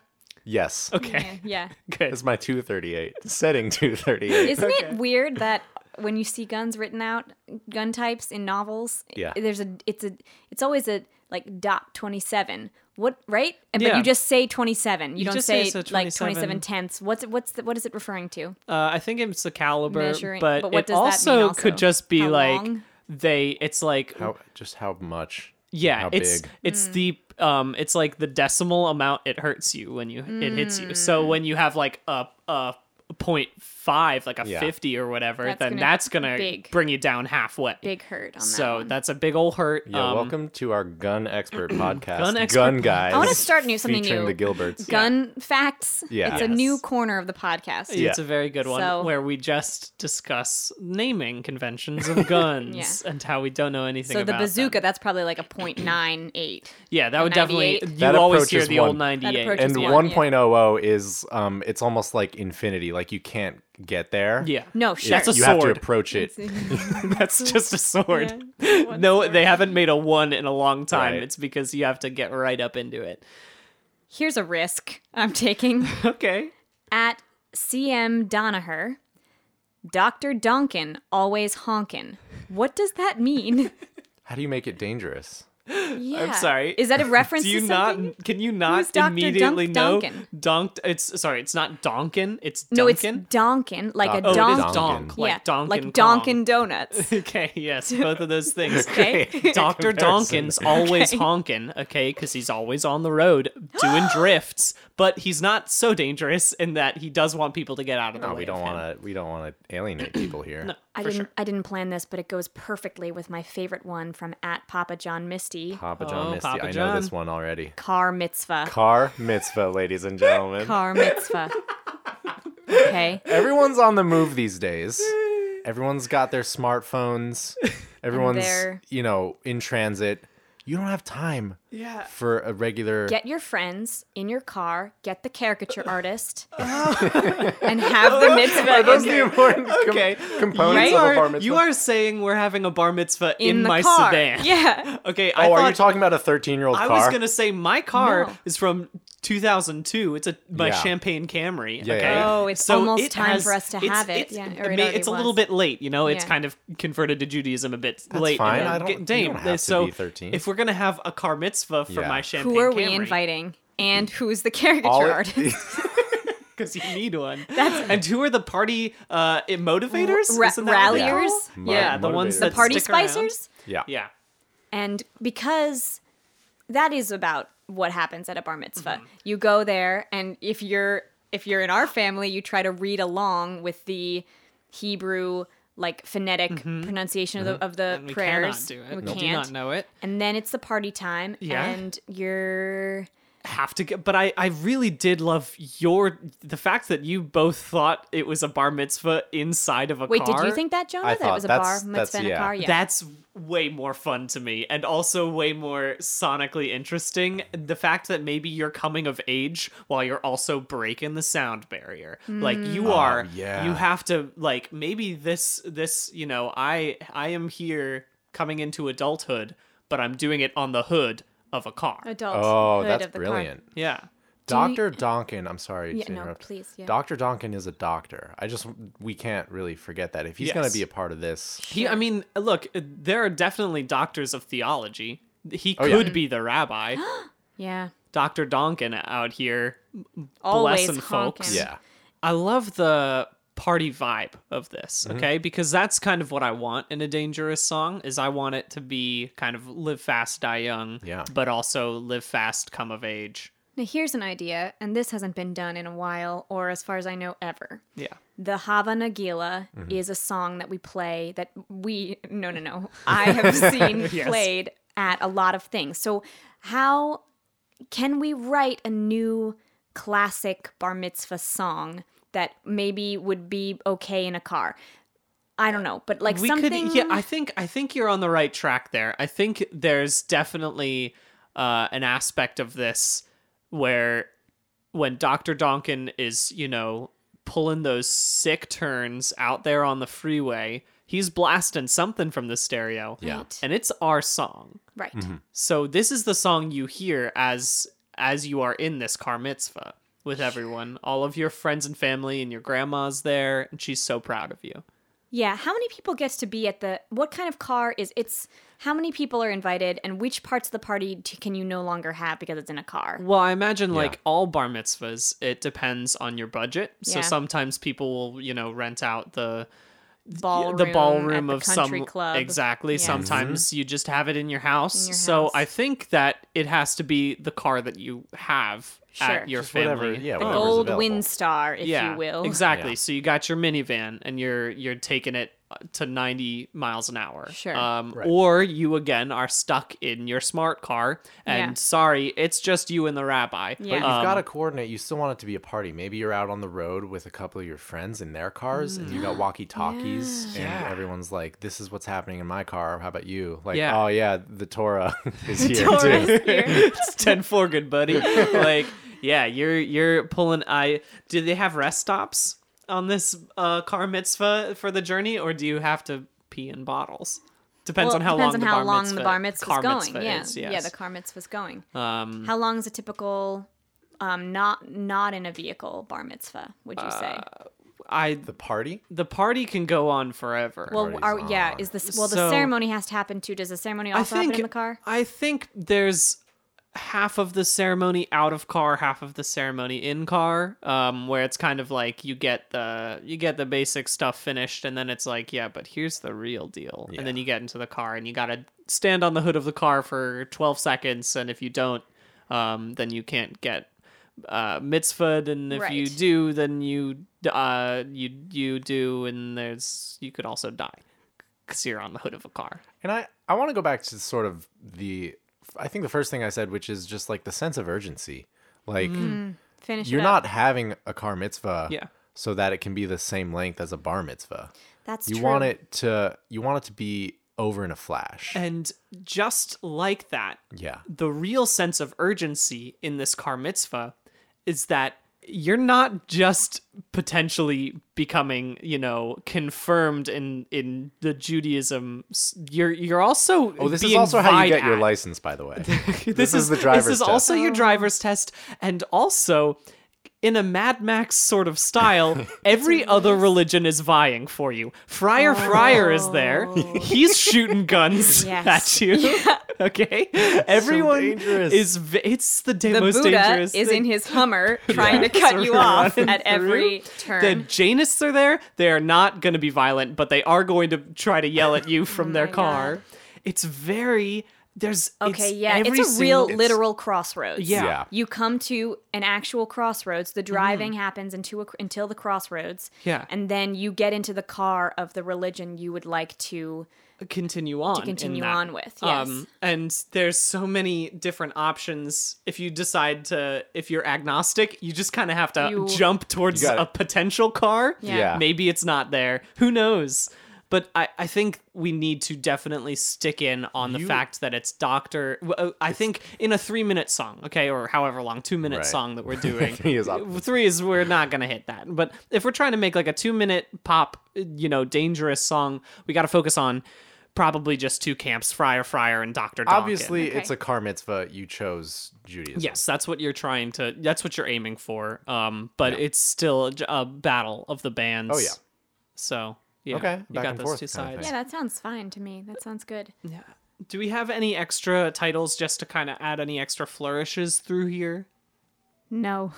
[SPEAKER 3] Yes.
[SPEAKER 1] Okay, [laughs]
[SPEAKER 2] yeah.
[SPEAKER 1] good.
[SPEAKER 3] It's my 238. Setting 238.
[SPEAKER 2] Isn't it weird that when you see guns written out, gun types in novels,
[SPEAKER 3] Yeah.
[SPEAKER 2] there's a it's a it's always a like dot twenty seven. What right? And but
[SPEAKER 1] Yeah.
[SPEAKER 2] you just say twenty seven. You, don't
[SPEAKER 1] just say,
[SPEAKER 2] say,
[SPEAKER 1] so
[SPEAKER 2] like twenty
[SPEAKER 1] 27.
[SPEAKER 2] seven tenths. What's it, what's the, what is it referring to?
[SPEAKER 1] Uh, I think it's the caliber,
[SPEAKER 2] Measuring-
[SPEAKER 1] but,
[SPEAKER 2] but what
[SPEAKER 1] it
[SPEAKER 2] does that mean
[SPEAKER 1] also,
[SPEAKER 2] also?
[SPEAKER 1] could just be
[SPEAKER 2] How
[SPEAKER 1] like
[SPEAKER 2] long?
[SPEAKER 1] they. It's like
[SPEAKER 3] How just how much?
[SPEAKER 1] yeah,
[SPEAKER 3] how
[SPEAKER 1] it's
[SPEAKER 3] big?
[SPEAKER 1] it's
[SPEAKER 2] Hmm.
[SPEAKER 1] the um, it's like the decimal amount it hurts you when you it hits you.
[SPEAKER 2] Hmm.
[SPEAKER 1] So when you have like a a point five, like a
[SPEAKER 3] Yeah.
[SPEAKER 1] fifty or whatever,
[SPEAKER 2] That's
[SPEAKER 1] then
[SPEAKER 2] gonna
[SPEAKER 1] that's gonna
[SPEAKER 2] big.
[SPEAKER 1] bring you down halfway.
[SPEAKER 2] Big hurt on that.
[SPEAKER 1] so
[SPEAKER 2] one.
[SPEAKER 1] that's a big old hurt.
[SPEAKER 3] Yeah,
[SPEAKER 1] um,
[SPEAKER 3] welcome to our gun expert
[SPEAKER 1] [clears throat]
[SPEAKER 3] podcast,
[SPEAKER 1] Gun
[SPEAKER 3] Gun,
[SPEAKER 1] expert pod-
[SPEAKER 3] Guys.
[SPEAKER 2] I wanna start new- something
[SPEAKER 3] featuring
[SPEAKER 2] new.
[SPEAKER 3] the Gilberts.
[SPEAKER 2] gun facts.
[SPEAKER 3] Yeah.
[SPEAKER 2] it's a
[SPEAKER 3] Yes.
[SPEAKER 2] new corner of the podcast.
[SPEAKER 3] Yeah.
[SPEAKER 1] It's a very good one
[SPEAKER 2] So-
[SPEAKER 1] where we just discuss naming conventions
[SPEAKER 2] [laughs]
[SPEAKER 1] of guns
[SPEAKER 2] Yeah.
[SPEAKER 1] and how we don't know anything
[SPEAKER 2] So the
[SPEAKER 1] about them.
[SPEAKER 2] bazooka, that's probably like a point nine eight.
[SPEAKER 1] Yeah, that would definitely.
[SPEAKER 2] 98.
[SPEAKER 1] You
[SPEAKER 3] That
[SPEAKER 1] always hear
[SPEAKER 3] approaches
[SPEAKER 1] the old
[SPEAKER 3] one. That
[SPEAKER 1] 98.
[SPEAKER 2] approaches
[SPEAKER 3] And
[SPEAKER 2] Yeah.
[SPEAKER 3] 1.00 is um, it's almost like infinity. Like you can't get there.
[SPEAKER 1] Yeah.
[SPEAKER 2] No,
[SPEAKER 3] It-
[SPEAKER 2] sure.
[SPEAKER 1] That's a
[SPEAKER 3] you have to
[SPEAKER 1] sword.
[SPEAKER 3] approach it.
[SPEAKER 1] [laughs] That's just a sword.
[SPEAKER 2] Yeah,
[SPEAKER 1] [laughs]
[SPEAKER 2] one
[SPEAKER 1] no,
[SPEAKER 2] sword.
[SPEAKER 1] they haven't made a one in a long time.
[SPEAKER 3] Right.
[SPEAKER 1] It's because you have to get right up into it.
[SPEAKER 2] [laughs] Here's a risk I'm taking.
[SPEAKER 1] [laughs] Okay.
[SPEAKER 2] at CM Donaher, Dr. Donkin always honkin. What does that mean?
[SPEAKER 3] How do you make it dangerous?
[SPEAKER 2] Yeah.
[SPEAKER 1] sorry.
[SPEAKER 2] Is that a
[SPEAKER 1] [laughs]
[SPEAKER 2] reference
[SPEAKER 1] Do you
[SPEAKER 2] to
[SPEAKER 1] not?
[SPEAKER 2] something?
[SPEAKER 1] Can you not
[SPEAKER 2] Who's Dr.
[SPEAKER 1] immediately
[SPEAKER 2] Dunk
[SPEAKER 1] know?
[SPEAKER 2] Duncan?
[SPEAKER 1] Dunked. It's sorry. It's not Donkin. It's Duncan.
[SPEAKER 2] No, it's Donkin, like a
[SPEAKER 3] Donkin.
[SPEAKER 1] oh,
[SPEAKER 2] donk.
[SPEAKER 1] it is Donk.
[SPEAKER 3] Donkin.
[SPEAKER 1] Like
[SPEAKER 2] yeah,
[SPEAKER 1] Donkin.
[SPEAKER 2] like
[SPEAKER 1] Kong. [laughs]
[SPEAKER 2] Donkin Donuts.
[SPEAKER 1] Okay. Yes.
[SPEAKER 2] [laughs]
[SPEAKER 1] Both of those things. [laughs]
[SPEAKER 2] Okay.
[SPEAKER 1] Dr.
[SPEAKER 3] comparison.
[SPEAKER 1] Donkin's always honking, okay, because he's always on the road
[SPEAKER 2] [gasps]
[SPEAKER 1] doing drifts, but he's not so dangerous in that he does want people to get out of the
[SPEAKER 3] No,
[SPEAKER 1] way.
[SPEAKER 3] Oh, we don't want to. We don't want to alienate
[SPEAKER 1] [clears throat]
[SPEAKER 3] people here.
[SPEAKER 2] I didn't I didn't plan this, but it goes perfectly with my favorite one from at Papa John Misty.
[SPEAKER 3] Papa
[SPEAKER 1] Oh,
[SPEAKER 3] John Misty.
[SPEAKER 1] Papa
[SPEAKER 3] I know
[SPEAKER 1] John.
[SPEAKER 3] this one already.
[SPEAKER 2] Car mitzvah.
[SPEAKER 3] Car mitzvah, ladies and gentlemen.
[SPEAKER 2] Car mitzvah.
[SPEAKER 1] [laughs]
[SPEAKER 2] okay.
[SPEAKER 3] Everyone's on the move these days. Everyone's got
[SPEAKER 2] [laughs]
[SPEAKER 3] their smartphones. Everyone's,
[SPEAKER 2] they're-
[SPEAKER 3] you know, in transit. You don't have time
[SPEAKER 1] Yeah.
[SPEAKER 3] for a regular. [laughs]
[SPEAKER 2] Get your friends in your car, get the caricature
[SPEAKER 1] [laughs]
[SPEAKER 2] artist, and have the mitzvah.
[SPEAKER 3] Are those
[SPEAKER 2] in
[SPEAKER 3] the important com-
[SPEAKER 1] Okay.
[SPEAKER 3] components
[SPEAKER 2] You
[SPEAKER 3] of a bar
[SPEAKER 1] Are,
[SPEAKER 3] mitzvah?
[SPEAKER 1] you are saying we're having a bar mitzvah in,
[SPEAKER 2] in the
[SPEAKER 1] my
[SPEAKER 2] car.
[SPEAKER 1] sedan.
[SPEAKER 2] [laughs] Yeah.
[SPEAKER 1] [laughs] Okay. I
[SPEAKER 3] oh,
[SPEAKER 1] thought,
[SPEAKER 3] are you talking about a 13 year old car?
[SPEAKER 1] I was going to say my car
[SPEAKER 2] No.
[SPEAKER 1] is from 2002. It's a my
[SPEAKER 3] Yeah.
[SPEAKER 1] champagne Camry.
[SPEAKER 3] Yeah,
[SPEAKER 1] okay.
[SPEAKER 3] yeah, yeah.
[SPEAKER 2] Oh, it's
[SPEAKER 1] so
[SPEAKER 2] almost
[SPEAKER 1] it
[SPEAKER 2] time
[SPEAKER 1] has-
[SPEAKER 2] for us to
[SPEAKER 1] it's-
[SPEAKER 2] have it.
[SPEAKER 1] It's,
[SPEAKER 2] Yeah,
[SPEAKER 1] it
[SPEAKER 2] or it
[SPEAKER 1] may-
[SPEAKER 2] already
[SPEAKER 1] it's a
[SPEAKER 2] was.
[SPEAKER 1] little bit late. You know, it's
[SPEAKER 2] Yeah.
[SPEAKER 1] kind of converted to Judaism a bit late.
[SPEAKER 3] fine.
[SPEAKER 1] and
[SPEAKER 3] I
[SPEAKER 1] then
[SPEAKER 3] don't-
[SPEAKER 1] get-
[SPEAKER 3] you don't have to
[SPEAKER 1] so
[SPEAKER 3] be 13.
[SPEAKER 1] if we're gonna have a car mitzvah for
[SPEAKER 3] Yeah.
[SPEAKER 1] my
[SPEAKER 3] Who
[SPEAKER 1] champagne,
[SPEAKER 2] Who are we
[SPEAKER 1] Camry,
[SPEAKER 2] inviting? And who's the caricature
[SPEAKER 3] All it-
[SPEAKER 2] artist? [laughs]
[SPEAKER 1] Because you need one. and who are the party uh, i- motivators?
[SPEAKER 2] Ra-
[SPEAKER 1] Isn't that what they're
[SPEAKER 2] ralliers?
[SPEAKER 1] called?
[SPEAKER 3] Mo-
[SPEAKER 1] Yeah, the ones
[SPEAKER 3] motivators.
[SPEAKER 1] that
[SPEAKER 2] the party
[SPEAKER 1] stick around.
[SPEAKER 2] spicers?
[SPEAKER 3] yeah.
[SPEAKER 1] Yeah.
[SPEAKER 2] And because that is about what happens at a bar mitzvah.
[SPEAKER 1] Mm-hmm.
[SPEAKER 2] You go there and if you're if you're in our family, you try to read along with the Hebrew like phonetic pronunciation of the, of
[SPEAKER 1] Mm-hmm. And
[SPEAKER 2] the
[SPEAKER 1] we cannot
[SPEAKER 2] prayers.
[SPEAKER 1] do it.
[SPEAKER 2] We
[SPEAKER 1] We do
[SPEAKER 2] can't.
[SPEAKER 1] not know it.
[SPEAKER 2] And then it's the party time
[SPEAKER 1] Yeah.
[SPEAKER 2] and you're
[SPEAKER 1] have to get but I, I really did love your the fact that you both thought it was a bar mitzvah inside of a
[SPEAKER 2] Wait,
[SPEAKER 1] car
[SPEAKER 2] did you think that, Jonah?
[SPEAKER 3] I
[SPEAKER 2] that it was a
[SPEAKER 3] thought
[SPEAKER 2] bar
[SPEAKER 3] that's- that's-
[SPEAKER 2] mitzvah in a
[SPEAKER 3] yeah.
[SPEAKER 2] car? Yeah.
[SPEAKER 1] that's way more fun to me and also way more sonically interesting the fact that maybe you're coming of age while you're also breaking the sound barrier like you are
[SPEAKER 3] yeah.
[SPEAKER 1] you have to like maybe this this you know i i am here coming into adulthood but i'm doing it on the hood of a car
[SPEAKER 2] Adult.
[SPEAKER 3] Oh,
[SPEAKER 2] hood
[SPEAKER 3] that's
[SPEAKER 2] of the car.
[SPEAKER 3] brilliant.
[SPEAKER 1] yeah
[SPEAKER 3] Dr. Donkin, I'm sorry
[SPEAKER 2] Yeah,
[SPEAKER 3] to
[SPEAKER 2] no,
[SPEAKER 3] interrupt.
[SPEAKER 2] please, yeah.
[SPEAKER 3] Dr. Donkin is a doctor. I just, we can't really forget that. If he's going
[SPEAKER 1] Yes.
[SPEAKER 3] to be a part of this,
[SPEAKER 1] He, I mean, look, uh, there are definitely doctors of theology. He
[SPEAKER 3] Oh, yeah.
[SPEAKER 1] could be the rabbi, [gasps]
[SPEAKER 2] Yeah.
[SPEAKER 1] Doctor Donkin out here.
[SPEAKER 2] Always
[SPEAKER 1] Blessin'
[SPEAKER 2] honking.
[SPEAKER 1] folks.
[SPEAKER 3] yeah.
[SPEAKER 1] I love the party vibe of this,
[SPEAKER 3] Mm-hmm.
[SPEAKER 1] okay? Because that's kind of what I want in a dangerous song is I want it to be kind of live fast, die young,
[SPEAKER 3] Yeah.
[SPEAKER 1] but also live fast, come of age.
[SPEAKER 2] Now here's an idea, and this hasn't been done in a while, or as far as I know, ever.
[SPEAKER 1] Yeah.
[SPEAKER 2] The Hava Nagila
[SPEAKER 3] Mm-hmm.
[SPEAKER 2] is a song that we play that we no no no
[SPEAKER 1] [laughs]
[SPEAKER 2] I have seen played at a lot of things. So how can we write a new classic bar mitzvah song that maybe would be okay in a car? I don't know, but like
[SPEAKER 1] we
[SPEAKER 2] something
[SPEAKER 1] could yeah i think i think you're on the right track there i think there's definitely uh an aspect of this where when dr donkin is you know pulling those sick turns out there on the freeway he's blasting something from the stereo
[SPEAKER 3] Yeah.
[SPEAKER 2] Right.
[SPEAKER 1] and it's our song
[SPEAKER 2] right.
[SPEAKER 3] Mm-hmm.
[SPEAKER 1] so this is the song you hear as as you are in this car mitzvah with everyone all of your friends and family and your grandma's there and she's so proud of you
[SPEAKER 2] Yeah, how many people gets to be at the what kind of car is it's how many people are invited and which parts of the party t- can you no longer have because it's in a car?
[SPEAKER 1] Well, I imagine like all bar mitzvahs, it depends on your budget. So
[SPEAKER 2] Yeah.
[SPEAKER 1] sometimes people will, you know, rent out the
[SPEAKER 2] Ballroom
[SPEAKER 1] the ballroom
[SPEAKER 2] at
[SPEAKER 1] of
[SPEAKER 2] the country
[SPEAKER 1] some
[SPEAKER 2] club.
[SPEAKER 1] exactly.
[SPEAKER 2] Yeah.
[SPEAKER 1] Sometimes
[SPEAKER 3] Mm-hmm.
[SPEAKER 1] you just have it in your house.
[SPEAKER 2] your
[SPEAKER 1] so
[SPEAKER 2] house.
[SPEAKER 1] I think that it has to be the car that you have
[SPEAKER 2] Sure.
[SPEAKER 1] at your
[SPEAKER 3] Just
[SPEAKER 1] family.
[SPEAKER 3] whatever- yeah,
[SPEAKER 2] The
[SPEAKER 3] whatever's
[SPEAKER 2] gold
[SPEAKER 3] available.
[SPEAKER 2] Windstar, if
[SPEAKER 1] yeah,
[SPEAKER 2] you will. [laughs]
[SPEAKER 1] exactly.
[SPEAKER 3] Yeah.
[SPEAKER 1] So you got your minivan and you're you're taking it uh, to 90 miles an hour.
[SPEAKER 2] Sure.
[SPEAKER 1] Um,
[SPEAKER 3] Right.
[SPEAKER 1] Or you again are stuck in your smart car, and
[SPEAKER 2] Yeah.
[SPEAKER 1] sorry, it's just you and the rabbi.
[SPEAKER 2] Yeah.
[SPEAKER 3] But you've got
[SPEAKER 1] Um,
[SPEAKER 3] to coordinate. You still want it to be a party. Maybe you're out on the road with a couple of your friends in their cars, and you
[SPEAKER 1] [gasps]
[SPEAKER 3] got walkie talkies, and
[SPEAKER 1] Mm. Yeah.
[SPEAKER 3] everyone's like, "This is what's happening in my car. How about you?" Like,
[SPEAKER 1] Yeah.
[SPEAKER 3] "Oh yeah, the Torah [laughs] is here
[SPEAKER 1] [laughs]
[SPEAKER 2] Torah's
[SPEAKER 3] too."
[SPEAKER 2] here.
[SPEAKER 1] it's 10 4 good buddy like yeah you're you're pulling i do they have rest stops on this uh car mitzvah for the journey or do you have to pee in bottles depends
[SPEAKER 2] Well,
[SPEAKER 1] on how
[SPEAKER 2] depends
[SPEAKER 1] long
[SPEAKER 2] on
[SPEAKER 1] the
[SPEAKER 2] how
[SPEAKER 1] bar
[SPEAKER 2] long
[SPEAKER 1] mitzvah,
[SPEAKER 2] the bar mitzvah's
[SPEAKER 1] car
[SPEAKER 2] going.
[SPEAKER 1] mitzvah
[SPEAKER 2] yeah,
[SPEAKER 1] is,
[SPEAKER 2] yeah,
[SPEAKER 1] yes.
[SPEAKER 2] the car mitzvah's going.
[SPEAKER 1] um
[SPEAKER 2] How long is a typical, um, not not in a vehicle bar mitzvah? Would you say?
[SPEAKER 1] Uh, i
[SPEAKER 3] the party?
[SPEAKER 1] the party can go on forever
[SPEAKER 2] Well, are,
[SPEAKER 3] party's
[SPEAKER 2] yeah,
[SPEAKER 3] on.
[SPEAKER 2] is this well the
[SPEAKER 1] So-
[SPEAKER 2] ceremony has to happen too? Does the ceremony also happen in the car?
[SPEAKER 1] I think there's half of the ceremony out of car, half of the ceremony in car, um, where it's kind of like you get the you get the basic stuff finished, and then it's like, yeah, but here's the real deal, and then you get into the car, and you gotta stand on the hood of the car for 12 seconds, and if you don't, um, then you can't get uh mitzvahed and if you
[SPEAKER 2] Right.
[SPEAKER 1] do then you uh you you do and there's you could also die because you're on the hood of a car
[SPEAKER 3] And I, I want to go back to sort of the, I think the first thing I said, which is just like the sense of urgency. Like,
[SPEAKER 2] Finish.
[SPEAKER 3] you're
[SPEAKER 2] it up.
[SPEAKER 3] not having a car mitzvah
[SPEAKER 1] Mm. Yeah.
[SPEAKER 3] so that it can be the same length as a bar mitzvah.
[SPEAKER 2] That's
[SPEAKER 3] you
[SPEAKER 2] true.
[SPEAKER 3] want it to, you want it to be over in a flash.
[SPEAKER 1] And just like that,
[SPEAKER 3] yeah.
[SPEAKER 1] the real sense of urgency in this car mitzvah is that you're not just potentially becoming, you know, confirmed in in the Judaism. s- You're you're also
[SPEAKER 3] Oh, this is
[SPEAKER 1] being
[SPEAKER 3] also how you
[SPEAKER 1] vied
[SPEAKER 3] get your
[SPEAKER 1] at.
[SPEAKER 3] license, by the way. [laughs] this,
[SPEAKER 1] [laughs] This,
[SPEAKER 3] is, the driver's
[SPEAKER 1] This is
[SPEAKER 3] test.
[SPEAKER 1] also your driver's test, and also. In a Mad Max sort of
[SPEAKER 3] [laughs]
[SPEAKER 1] style, every other religion is vying for you. Friar Friar is there. [laughs] He's shooting guns
[SPEAKER 2] Oh. [laughs] Yes.
[SPEAKER 1] at you. [laughs] Okay? Everyone
[SPEAKER 3] dangerous.
[SPEAKER 1] is v- it's the da-
[SPEAKER 2] the
[SPEAKER 1] most
[SPEAKER 2] Buddha
[SPEAKER 1] dangerous.
[SPEAKER 2] is
[SPEAKER 1] thing.
[SPEAKER 2] in his
[SPEAKER 1] [laughs]
[SPEAKER 2] Hummer trying to cut you off
[SPEAKER 1] running
[SPEAKER 2] at every
[SPEAKER 1] through.
[SPEAKER 2] turn.
[SPEAKER 1] The Janists are there. They are not going to be violent, but they are going to try to yell at
[SPEAKER 2] [laughs]
[SPEAKER 1] you from their
[SPEAKER 2] Oh my
[SPEAKER 1] car.
[SPEAKER 2] God.
[SPEAKER 1] It's very there's
[SPEAKER 2] okay,
[SPEAKER 1] it's
[SPEAKER 2] yeah,
[SPEAKER 1] every
[SPEAKER 2] it's a real
[SPEAKER 1] single-
[SPEAKER 2] literal crossroads.
[SPEAKER 1] Yeah.
[SPEAKER 3] Yeah.
[SPEAKER 2] You come to an actual crossroads. The driving happens into a, until the crossroads.
[SPEAKER 1] Mm-hmm. Yeah.
[SPEAKER 2] And then you get into the car of the religion you would like to.
[SPEAKER 1] continue on in
[SPEAKER 2] continue
[SPEAKER 1] that. um,
[SPEAKER 2] on with, yes.
[SPEAKER 1] and there's so many different options if you decide to if you're agnostic you just kind of have to
[SPEAKER 2] You-
[SPEAKER 1] jump towards
[SPEAKER 3] You got
[SPEAKER 1] a
[SPEAKER 3] it.
[SPEAKER 1] potential car
[SPEAKER 2] Yeah.
[SPEAKER 3] Yeah.
[SPEAKER 1] maybe it's not there who knows but I, I think we need to definitely stick in on the
[SPEAKER 3] You-
[SPEAKER 1] fact that it's Doctor. uh, I think in a three minute song, okay, or however long, two minute
[SPEAKER 3] Right.
[SPEAKER 1] song
[SPEAKER 3] [laughs]
[SPEAKER 1] that we're doing.
[SPEAKER 3] Three is optimal.
[SPEAKER 1] three is we're not gonna hit that but if we're trying to make like a two minute pop you know dangerous song we gotta focus on probably just two camps friar friar and dr Donkin.
[SPEAKER 3] Obviously,
[SPEAKER 2] Okay.
[SPEAKER 3] it's a car mitzvah. You chose Judaism.
[SPEAKER 1] yes that's what you're trying to that's what you're aiming for um but it's still a j- a battle of the bands
[SPEAKER 3] Oh, yeah.
[SPEAKER 1] so yeah
[SPEAKER 3] Okay,
[SPEAKER 1] you
[SPEAKER 3] back
[SPEAKER 1] got
[SPEAKER 3] and
[SPEAKER 1] those
[SPEAKER 3] forth
[SPEAKER 1] two
[SPEAKER 3] kind of
[SPEAKER 1] sides
[SPEAKER 2] Yeah, that sounds fine to me. That sounds good.
[SPEAKER 1] yeah do we have any extra titles just to kind of add any extra flourishes through
[SPEAKER 3] [laughs]
[SPEAKER 1] here [laughs]
[SPEAKER 2] No.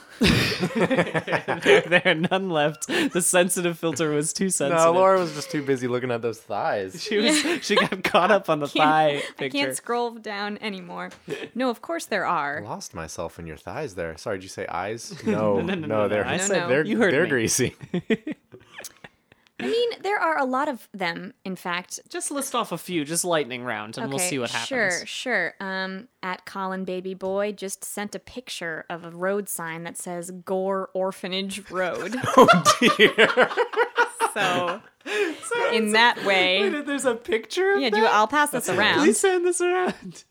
[SPEAKER 1] there, there are none left the sensitive filter was too sensitive
[SPEAKER 3] No, Laura was just too busy looking at those thighs.
[SPEAKER 1] She was she
[SPEAKER 2] [laughs]
[SPEAKER 1] got caught up on the thigh
[SPEAKER 2] Can't- [laughs] I
[SPEAKER 1] picture.
[SPEAKER 2] can't scroll down
[SPEAKER 1] [laughs]
[SPEAKER 2] anymore. No, of course there are.
[SPEAKER 3] Lost myself in your thighs there. Sorry, did you say eyes?
[SPEAKER 1] [laughs]
[SPEAKER 3] No, no, no,
[SPEAKER 1] no, no,
[SPEAKER 3] they're,
[SPEAKER 1] I
[SPEAKER 2] said- No, no.
[SPEAKER 3] they're,
[SPEAKER 1] you heard
[SPEAKER 3] they're
[SPEAKER 1] me. [laughs]
[SPEAKER 3] greasy.
[SPEAKER 2] I mean, there are a lot of them, in fact.
[SPEAKER 1] Just list off a few, just lightning round, and we'll see what happens.
[SPEAKER 2] Sure, sure. Um, at Colin Baby Boy just sent a picture of a road sign that says Gore
[SPEAKER 1] [laughs]
[SPEAKER 2] Orphanage Road. oh dear. [laughs] so, in that way,
[SPEAKER 1] Wait, uh, there's a picture. Of
[SPEAKER 2] yeah.
[SPEAKER 1] that?
[SPEAKER 2] Do I'll pass this around.
[SPEAKER 1] Please send this around.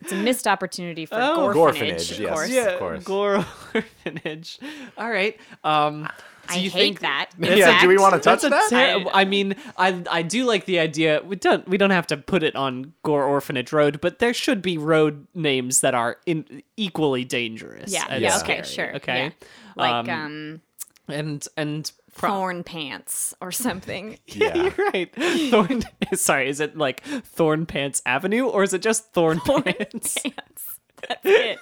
[SPEAKER 2] It's a missed opportunity for
[SPEAKER 1] Oh.
[SPEAKER 2] Gore
[SPEAKER 3] Gorfinage,
[SPEAKER 2] Orphanage, of
[SPEAKER 3] yes.
[SPEAKER 2] course.
[SPEAKER 3] Yeah. Of course.
[SPEAKER 1] Gore [laughs] orphanage. All right. Um, do
[SPEAKER 2] Uh, I
[SPEAKER 1] you
[SPEAKER 2] hate
[SPEAKER 1] think [laughs]
[SPEAKER 2] that. in
[SPEAKER 3] yeah, do we
[SPEAKER 2] fact.
[SPEAKER 3] want to touch
[SPEAKER 1] That's a
[SPEAKER 3] that?
[SPEAKER 1] ter- I mean, I I do like the idea. We don't we don't have to put it on Gore Orphanage Road, but there should be road names that are in, equally dangerous.
[SPEAKER 2] Yeah,
[SPEAKER 1] and
[SPEAKER 2] yeah,
[SPEAKER 3] okay,
[SPEAKER 1] scary,
[SPEAKER 2] sure,
[SPEAKER 1] Okay.
[SPEAKER 2] yeah.
[SPEAKER 1] Um,
[SPEAKER 2] Like, um,
[SPEAKER 1] and and
[SPEAKER 2] thorn pants or
[SPEAKER 1] [laughs]
[SPEAKER 2] something.
[SPEAKER 1] Yeah,
[SPEAKER 3] [laughs] Yeah.
[SPEAKER 1] you're right. Thorn. [laughs] Sorry, is it like Thorn Pants Avenue or is it just Thorn, Pants?
[SPEAKER 2] pants. That's it.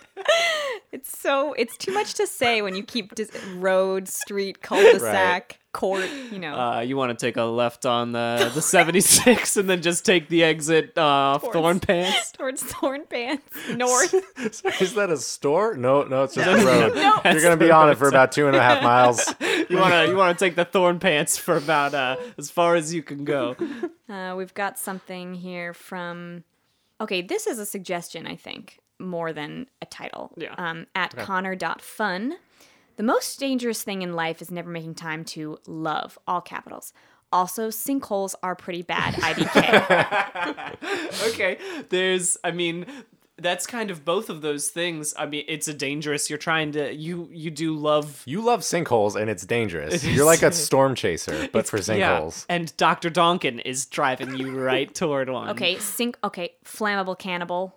[SPEAKER 2] It's so it's too much to say when you keep dis- road, street, cul-de-sac, court. You know,
[SPEAKER 1] Uh, you want to take a left on the the 76 and then just take the exit off
[SPEAKER 2] Towards-
[SPEAKER 1] Thorn Pants.
[SPEAKER 2] towards [laughs] thorn
[SPEAKER 1] [laughs]
[SPEAKER 2] pants north.
[SPEAKER 3] Is that a store? No, no, it's just a road.
[SPEAKER 2] No.
[SPEAKER 3] You're gonna be on it for about two and a
[SPEAKER 1] [laughs]
[SPEAKER 3] half miles.
[SPEAKER 1] You want to you want to take the Thorn Pants for about uh, as far as you can go.
[SPEAKER 2] Uh, we've got something here from. Okay, this is a suggestion, I think, more than a title.
[SPEAKER 1] Yeah.
[SPEAKER 2] Um, at connor.fun. The most dangerous thing in life is never making time to love, all capitals. Also, sinkholes are pretty bad, IDK.
[SPEAKER 1] okay. There's, I mean, that's kind of both of those things. I mean, it's a dangerous. You're trying to you you do love.
[SPEAKER 3] You love sinkholes and it's dangerous.
[SPEAKER 1] is.
[SPEAKER 3] You're like a storm chaser, but [laughs] for sinkholes.
[SPEAKER 1] Yeah, and Doctor Donkin is driving you right toward one.
[SPEAKER 2] okay, sink. Okay, flammable cannibal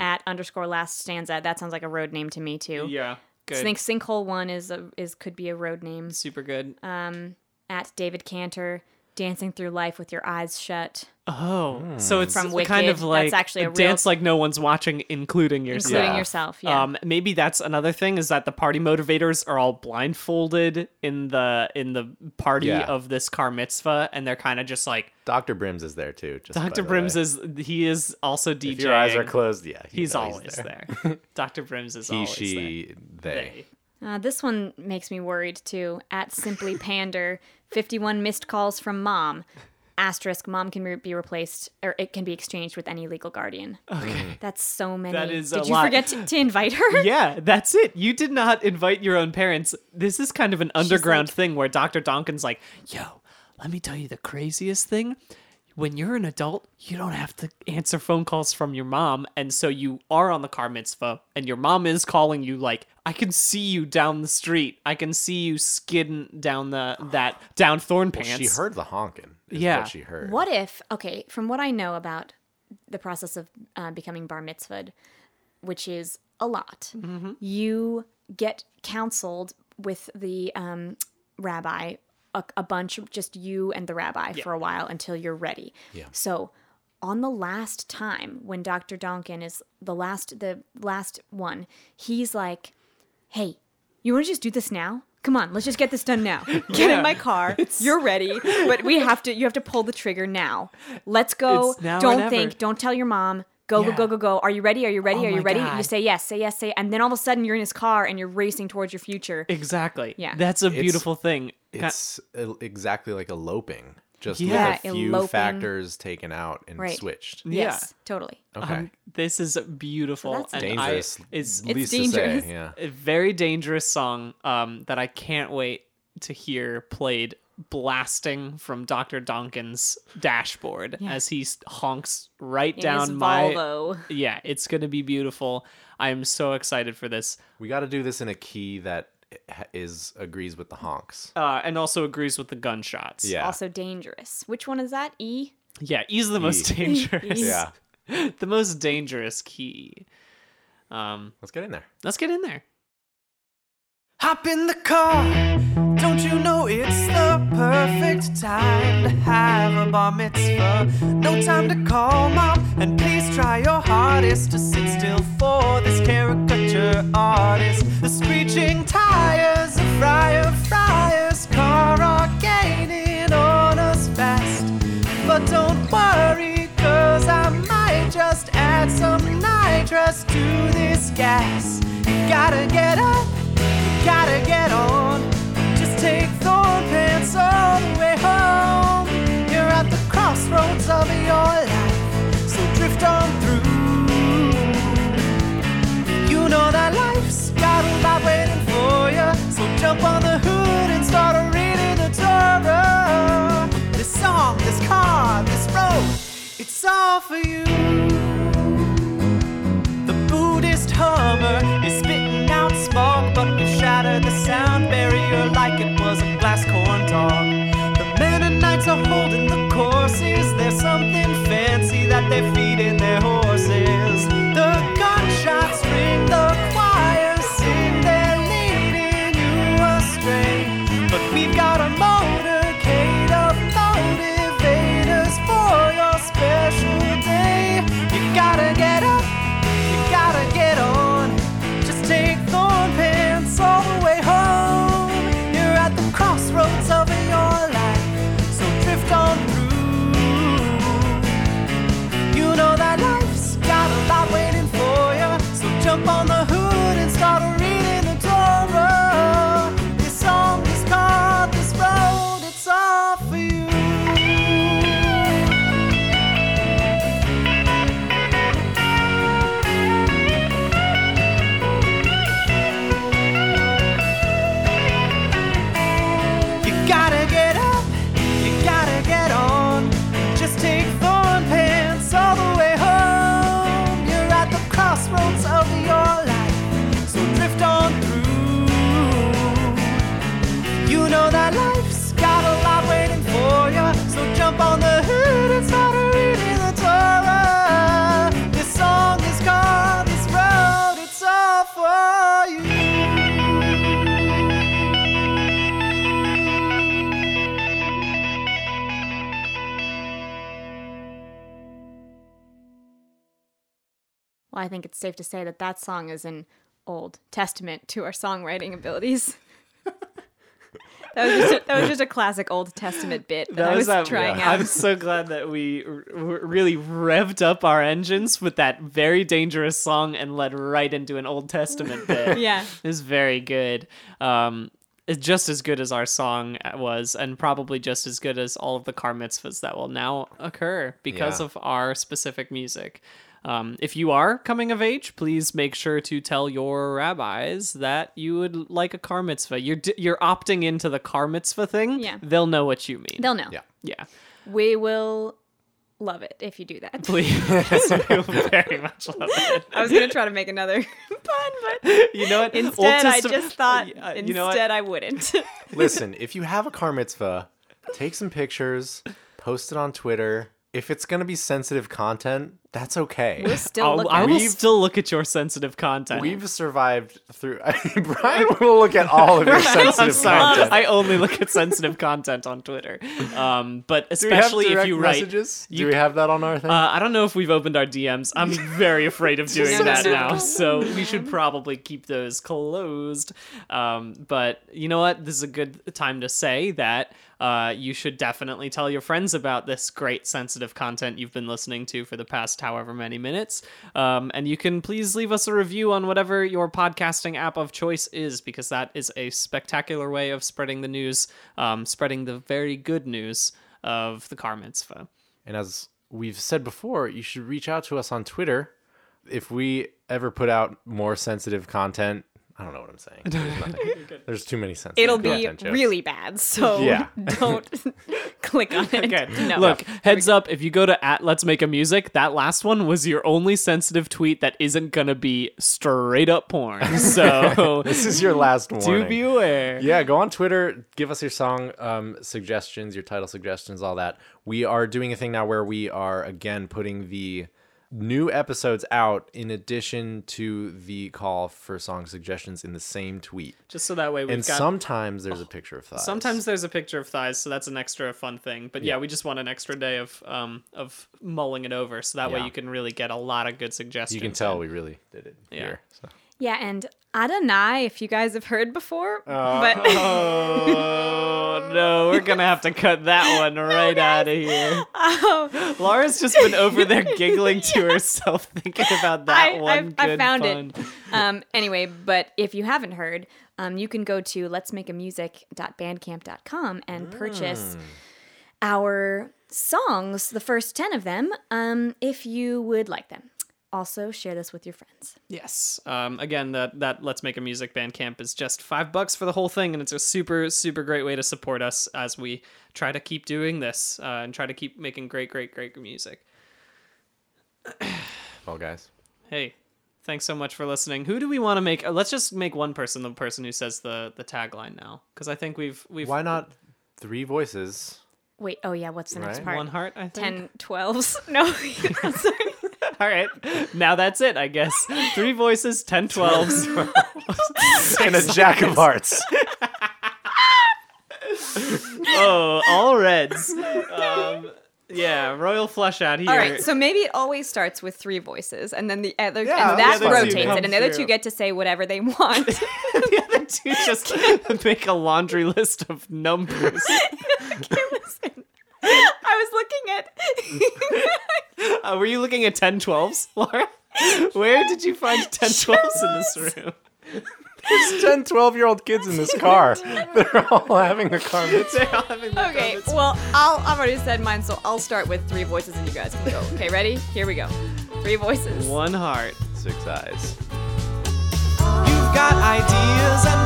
[SPEAKER 2] at underscore last stanza. That sounds like a road name to me, too.
[SPEAKER 1] Yeah. Good.
[SPEAKER 2] I think sinkhole one is a, is could be a road name. Um,
[SPEAKER 1] Super good.
[SPEAKER 2] At David Cantor, dancing through life with your eyes shut.
[SPEAKER 1] oh, so
[SPEAKER 3] Hmm.
[SPEAKER 1] it's
[SPEAKER 2] From
[SPEAKER 1] kind
[SPEAKER 2] Wicked,
[SPEAKER 1] of like
[SPEAKER 2] that's actually a real-
[SPEAKER 1] dance like no one's watching, including yourself.
[SPEAKER 2] including
[SPEAKER 3] Yeah.
[SPEAKER 2] yourself. Yeah.
[SPEAKER 1] Um, maybe that's another thing is that the party motivators are all blindfolded in the in the party
[SPEAKER 3] Yeah.
[SPEAKER 1] of this car mitzvah, and they're kind of just like
[SPEAKER 3] Dr. Brims is there too. Just by
[SPEAKER 1] Dr.
[SPEAKER 3] the
[SPEAKER 1] Brims
[SPEAKER 3] way.
[SPEAKER 1] is he is also DJing.
[SPEAKER 3] If your eyes are closed, yeah. you
[SPEAKER 1] He's
[SPEAKER 3] know
[SPEAKER 1] always there.
[SPEAKER 3] [laughs]
[SPEAKER 1] Dr. Brims is
[SPEAKER 3] He,
[SPEAKER 1] always
[SPEAKER 3] she,
[SPEAKER 1] there.
[SPEAKER 3] they.
[SPEAKER 1] Hey.
[SPEAKER 2] Uh, this one makes me worried too. At
[SPEAKER 1] [laughs]
[SPEAKER 2] Simply Pander, 51 missed calls from mom. Asterisk, mom can re- be replaced, or it can be exchanged with any legal guardian. Okay. That's so many.
[SPEAKER 1] That is a
[SPEAKER 2] Did you
[SPEAKER 1] lot.
[SPEAKER 2] forget to,
[SPEAKER 1] [laughs]
[SPEAKER 2] to invite her?
[SPEAKER 1] Yeah, that's it. You did not invite your own parents. This is kind of an underground
[SPEAKER 2] like-
[SPEAKER 1] thing where Dr. Donkin's like, yo, let me tell you the craziest thing. When you're an adult, you don't have to answer phone calls from your mom. And so you are on the car mitzvah, and your mom is calling you, like, I can see you down the street. I can see you skidding down the that down thorn pants.
[SPEAKER 3] She heard the honking. Is
[SPEAKER 1] Yeah.
[SPEAKER 3] What she heard.
[SPEAKER 2] What if, okay, from what I know about the process of uh, becoming bar mitzvahed, which is a lot, you get counseled with the um, rabbi, a, a bunch of just you and the rabbi for a while until you're ready. Yeah. So on the last time when Dr. Donkin is the last the last one, he's like, "Hey, you want to just do this now? Come on, let's just get this
[SPEAKER 1] [laughs]
[SPEAKER 2] done now. Get in my car. You're ready, but we have to. You have to pull the trigger now. Let's go.
[SPEAKER 1] It's now or
[SPEAKER 2] Don't
[SPEAKER 1] never.
[SPEAKER 2] think. Don't tell your mom. Go
[SPEAKER 1] Yeah.
[SPEAKER 2] go go go go. Are you ready? Are you ready?
[SPEAKER 1] Oh
[SPEAKER 2] Are you
[SPEAKER 1] my
[SPEAKER 2] ready? You
[SPEAKER 1] God.
[SPEAKER 2] say yes. Say yes. Say. And then all of a sudden you're in his car and you're racing towards your future.
[SPEAKER 1] Exactly.
[SPEAKER 2] Yeah.
[SPEAKER 1] That's a beautiful thing. Ki-
[SPEAKER 3] It's el- exactly like eloping, just
[SPEAKER 1] Yeah,
[SPEAKER 3] with a few
[SPEAKER 2] eloping.
[SPEAKER 3] factors taken out and
[SPEAKER 2] Right.
[SPEAKER 3] switched.
[SPEAKER 1] yeah.
[SPEAKER 2] Yes, totally.
[SPEAKER 3] Okay.
[SPEAKER 1] Um, this is beautiful.
[SPEAKER 2] So that's
[SPEAKER 1] and
[SPEAKER 3] dangerous.
[SPEAKER 1] I, it's
[SPEAKER 2] It's
[SPEAKER 3] least to
[SPEAKER 2] dangerous.
[SPEAKER 3] say, yeah.
[SPEAKER 1] a very dangerous song um, that I can't wait to hear played blasting from Dr. Donkin's dashboard as he s- honks right
[SPEAKER 2] In his
[SPEAKER 1] down my.
[SPEAKER 2] Volvo.
[SPEAKER 1] Yeah, it's going to be beautiful. I'm so excited for this.
[SPEAKER 3] We got to do this in a key that ha- is agrees with the honks.
[SPEAKER 1] Uh, and also agrees with the gunshots.
[SPEAKER 3] Yeah.
[SPEAKER 2] Also dangerous. Which one is that? E.
[SPEAKER 1] Yeah, he's the most
[SPEAKER 3] E.
[SPEAKER 1] dangerous.
[SPEAKER 3] [laughs] Yeah.
[SPEAKER 1] [laughs] the most dangerous key. Um,
[SPEAKER 3] Let's get in there.
[SPEAKER 1] let's get in there.
[SPEAKER 4] Hop in the car. Don't you know it's the perfect time to have a bar mitzvah? No time to call mom, and please try your hardest to sit still for this caricature artist. The screeching tires of Friar Friar's car are gaining on us fast. But don't worry, cause I might just add some nitrous to this gas. You gotta get up gotta get on. Just take thorn pants all the way home. You're at the crossroads of your life, so drift on through. You know that life's got a lot waiting for you, so jump on the hood and start reading the Torah. This song, this car, this road, it's all for you. The Buddhist Hummer is spitting out smoke, but we've shattered the sound barrier like it was a glass corn dog. The Mennonites are holding the courses, there's something fancy that they're feeding their horses. The gunshots ring, the choir sing, they're leading you astray. But we've got a
[SPEAKER 2] Well, I think it's safe to say that that song is an old testament to our songwriting abilities. [laughs] that was just a, that was just a classic Old Testament bit that, I was
[SPEAKER 1] that-
[SPEAKER 2] trying
[SPEAKER 1] yeah.
[SPEAKER 2] out.
[SPEAKER 1] [laughs] I'm so glad that we r- r- really revved up our engines with that very dangerous song and led right into an Old
[SPEAKER 2] [laughs]
[SPEAKER 1] Testament bit.
[SPEAKER 2] Yeah.
[SPEAKER 1] It was very good. Um, it's just as good as our song was, and probably just as good as all of the car mitzvahs that will now occur because
[SPEAKER 3] Yeah.
[SPEAKER 1] of our specific music. Um, if you are coming of age, please make sure to tell your rabbis that you would like a car mitzvah. You're d- you're opting into the car mitzvah thing.
[SPEAKER 2] Yeah.
[SPEAKER 1] they'll know what you mean.
[SPEAKER 2] They'll know.
[SPEAKER 3] Yeah.
[SPEAKER 2] [laughs]
[SPEAKER 1] yeah.
[SPEAKER 2] We will love it if you
[SPEAKER 1] [laughs]
[SPEAKER 2] do that.
[SPEAKER 1] Please, we
[SPEAKER 2] [laughs]
[SPEAKER 1] will very much love it.
[SPEAKER 2] I was gonna try to make another [laughs] pun, but
[SPEAKER 1] You know what? Old
[SPEAKER 2] instead I
[SPEAKER 1] Testament-
[SPEAKER 2] just thought
[SPEAKER 1] Uh,
[SPEAKER 2] instead
[SPEAKER 1] you know what?
[SPEAKER 2] I wouldn't. [laughs]
[SPEAKER 3] Listen, if you have a car mitzvah, take some pictures, post it on Twitter. If it's gonna be sensitive content, that's okay.
[SPEAKER 2] We'll still
[SPEAKER 1] I'll,
[SPEAKER 2] look
[SPEAKER 1] I
[SPEAKER 2] at
[SPEAKER 1] will
[SPEAKER 2] it.
[SPEAKER 3] We've-
[SPEAKER 1] still look at your sensitive content. [laughs]
[SPEAKER 3] We've survived through. [laughs] Brian will look at all of your
[SPEAKER 1] I'm
[SPEAKER 3] sensitive
[SPEAKER 1] sorry.
[SPEAKER 3] content.
[SPEAKER 1] I only look at sensitive content on Twitter. Um, but
[SPEAKER 3] Do we have
[SPEAKER 1] especially if
[SPEAKER 3] direct
[SPEAKER 1] you write.
[SPEAKER 3] messages?
[SPEAKER 1] you-
[SPEAKER 3] Do we have that on our thing?
[SPEAKER 1] Uh, I don't know if we've opened our DMs. I'm very afraid of doing
[SPEAKER 2] No,
[SPEAKER 1] that
[SPEAKER 2] no,
[SPEAKER 1] now,
[SPEAKER 2] no.
[SPEAKER 1] so we should probably keep those closed. Um, but you know what? This is a good time to say that uh, you should definitely tell your friends about this great sensitive content you've been listening to for the past however many minutes. Um, and you can please leave us a review on whatever your podcasting app of choice is, because that is a spectacular way of spreading the news, um, spreading the very good news of the car mitzvah.
[SPEAKER 3] And as we've said before, you should reach out to us on Twitter if we ever put out more sensitive content. I don't know what
[SPEAKER 1] [laughs]
[SPEAKER 3] I'm saying. There's, nothing. There's too many sensitive.
[SPEAKER 2] It'll be
[SPEAKER 3] content jokes.
[SPEAKER 2] really bad, so
[SPEAKER 3] Yeah.
[SPEAKER 1] [laughs]
[SPEAKER 2] [laughs] don't click on it.
[SPEAKER 3] [laughs]
[SPEAKER 1] Okay.
[SPEAKER 2] No.
[SPEAKER 1] Look, heads up, if you go to at Let's Make a Music, that last one was your only sensitive tweet that isn't gonna be straight up
[SPEAKER 3] [laughs]
[SPEAKER 1] porn. So
[SPEAKER 3] This is your last
[SPEAKER 1] do
[SPEAKER 3] warning.
[SPEAKER 1] beware.
[SPEAKER 3] yeah, go on Twitter, give us your song um, suggestions, your title suggestions, all that. We are doing a thing now where we are again putting the new episodes out in addition to the call for song suggestions in the same tweet.
[SPEAKER 1] Just so that way we've
[SPEAKER 3] and
[SPEAKER 1] got
[SPEAKER 3] sometimes there's a picture of thighs.
[SPEAKER 1] sometimes there's a picture of thighs, so that's an extra fun thing. But yeah, we just want an extra day of um of mulling it over so that way
[SPEAKER 3] Yeah.
[SPEAKER 1] you can really get a lot of good suggestions.
[SPEAKER 3] you can tell
[SPEAKER 1] in.
[SPEAKER 3] we really did it
[SPEAKER 1] Yeah.
[SPEAKER 3] here. so.
[SPEAKER 2] Yeah, and Adonai, if you guys have heard before,
[SPEAKER 1] [laughs]
[SPEAKER 2] but
[SPEAKER 1] Oh no, we're gonna have to cut that
[SPEAKER 2] [laughs]
[SPEAKER 1] one right out of here.
[SPEAKER 2] Um,
[SPEAKER 1] Laura's just been over there giggling to herself, thinking about that
[SPEAKER 2] I,
[SPEAKER 1] one.
[SPEAKER 2] I, I
[SPEAKER 1] good
[SPEAKER 2] found
[SPEAKER 1] pun.
[SPEAKER 2] it. Um, anyway, but if you haven't heard, um, you can go to letsmakeamusic.bandcamp.com and
[SPEAKER 1] Mm.
[SPEAKER 2] purchase our songs, the first 10 of them, um, if you would like them. Also, share this with your friends.
[SPEAKER 1] Yes. Um, again, that that Let's Make a Music Band Camp is just five bucks for the whole thing, and it's a super super great way to support us as we try to keep doing this uh, and try to keep making great great great music.
[SPEAKER 3] Well, guys.
[SPEAKER 1] Hey, thanks so much for listening. Who do we want to make? uh, Let's just make one person the person who says the the tagline now, because I think we've we've
[SPEAKER 3] Why not
[SPEAKER 1] [laughs]
[SPEAKER 3] three voices?
[SPEAKER 2] Wait, oh yeah, what's the next
[SPEAKER 3] Right.
[SPEAKER 2] part?
[SPEAKER 1] one heart. I think.
[SPEAKER 2] 10 12s. [laughs] No, sorry.
[SPEAKER 1] [laughs] All right. Now that's it, I guess. Three voices, 10
[SPEAKER 2] [laughs]
[SPEAKER 1] 12s.
[SPEAKER 3] And a jack of hearts.
[SPEAKER 1] Oh, all reds. Um, yeah, royal flush out here.
[SPEAKER 2] All right, so maybe it always starts with three voices, and then the other,
[SPEAKER 3] Yeah,
[SPEAKER 2] and that
[SPEAKER 3] the other two
[SPEAKER 2] rotates
[SPEAKER 1] come
[SPEAKER 2] it, and the other
[SPEAKER 1] through.
[SPEAKER 2] two get to say whatever they
[SPEAKER 1] [laughs]
[SPEAKER 2] want. [laughs]
[SPEAKER 1] the other two just [laughs] make a laundry list of numbers.
[SPEAKER 2] Listen, I was looking at. [laughs]
[SPEAKER 1] Uh, were you looking at 10 12s, Laura? Where did you find 10 12s in this room? [laughs]
[SPEAKER 3] There's 10, 12 year old kids in this car. They're all having the car mitzvah.
[SPEAKER 1] They're all having their
[SPEAKER 2] okay,
[SPEAKER 1] comments.
[SPEAKER 2] well, I'll, I've already said mine, so I'll start with three voices, and you guys can go. Okay, ready? Here we go. Three voices.
[SPEAKER 1] One heart.
[SPEAKER 3] Six eyes.
[SPEAKER 4] You've got ideas and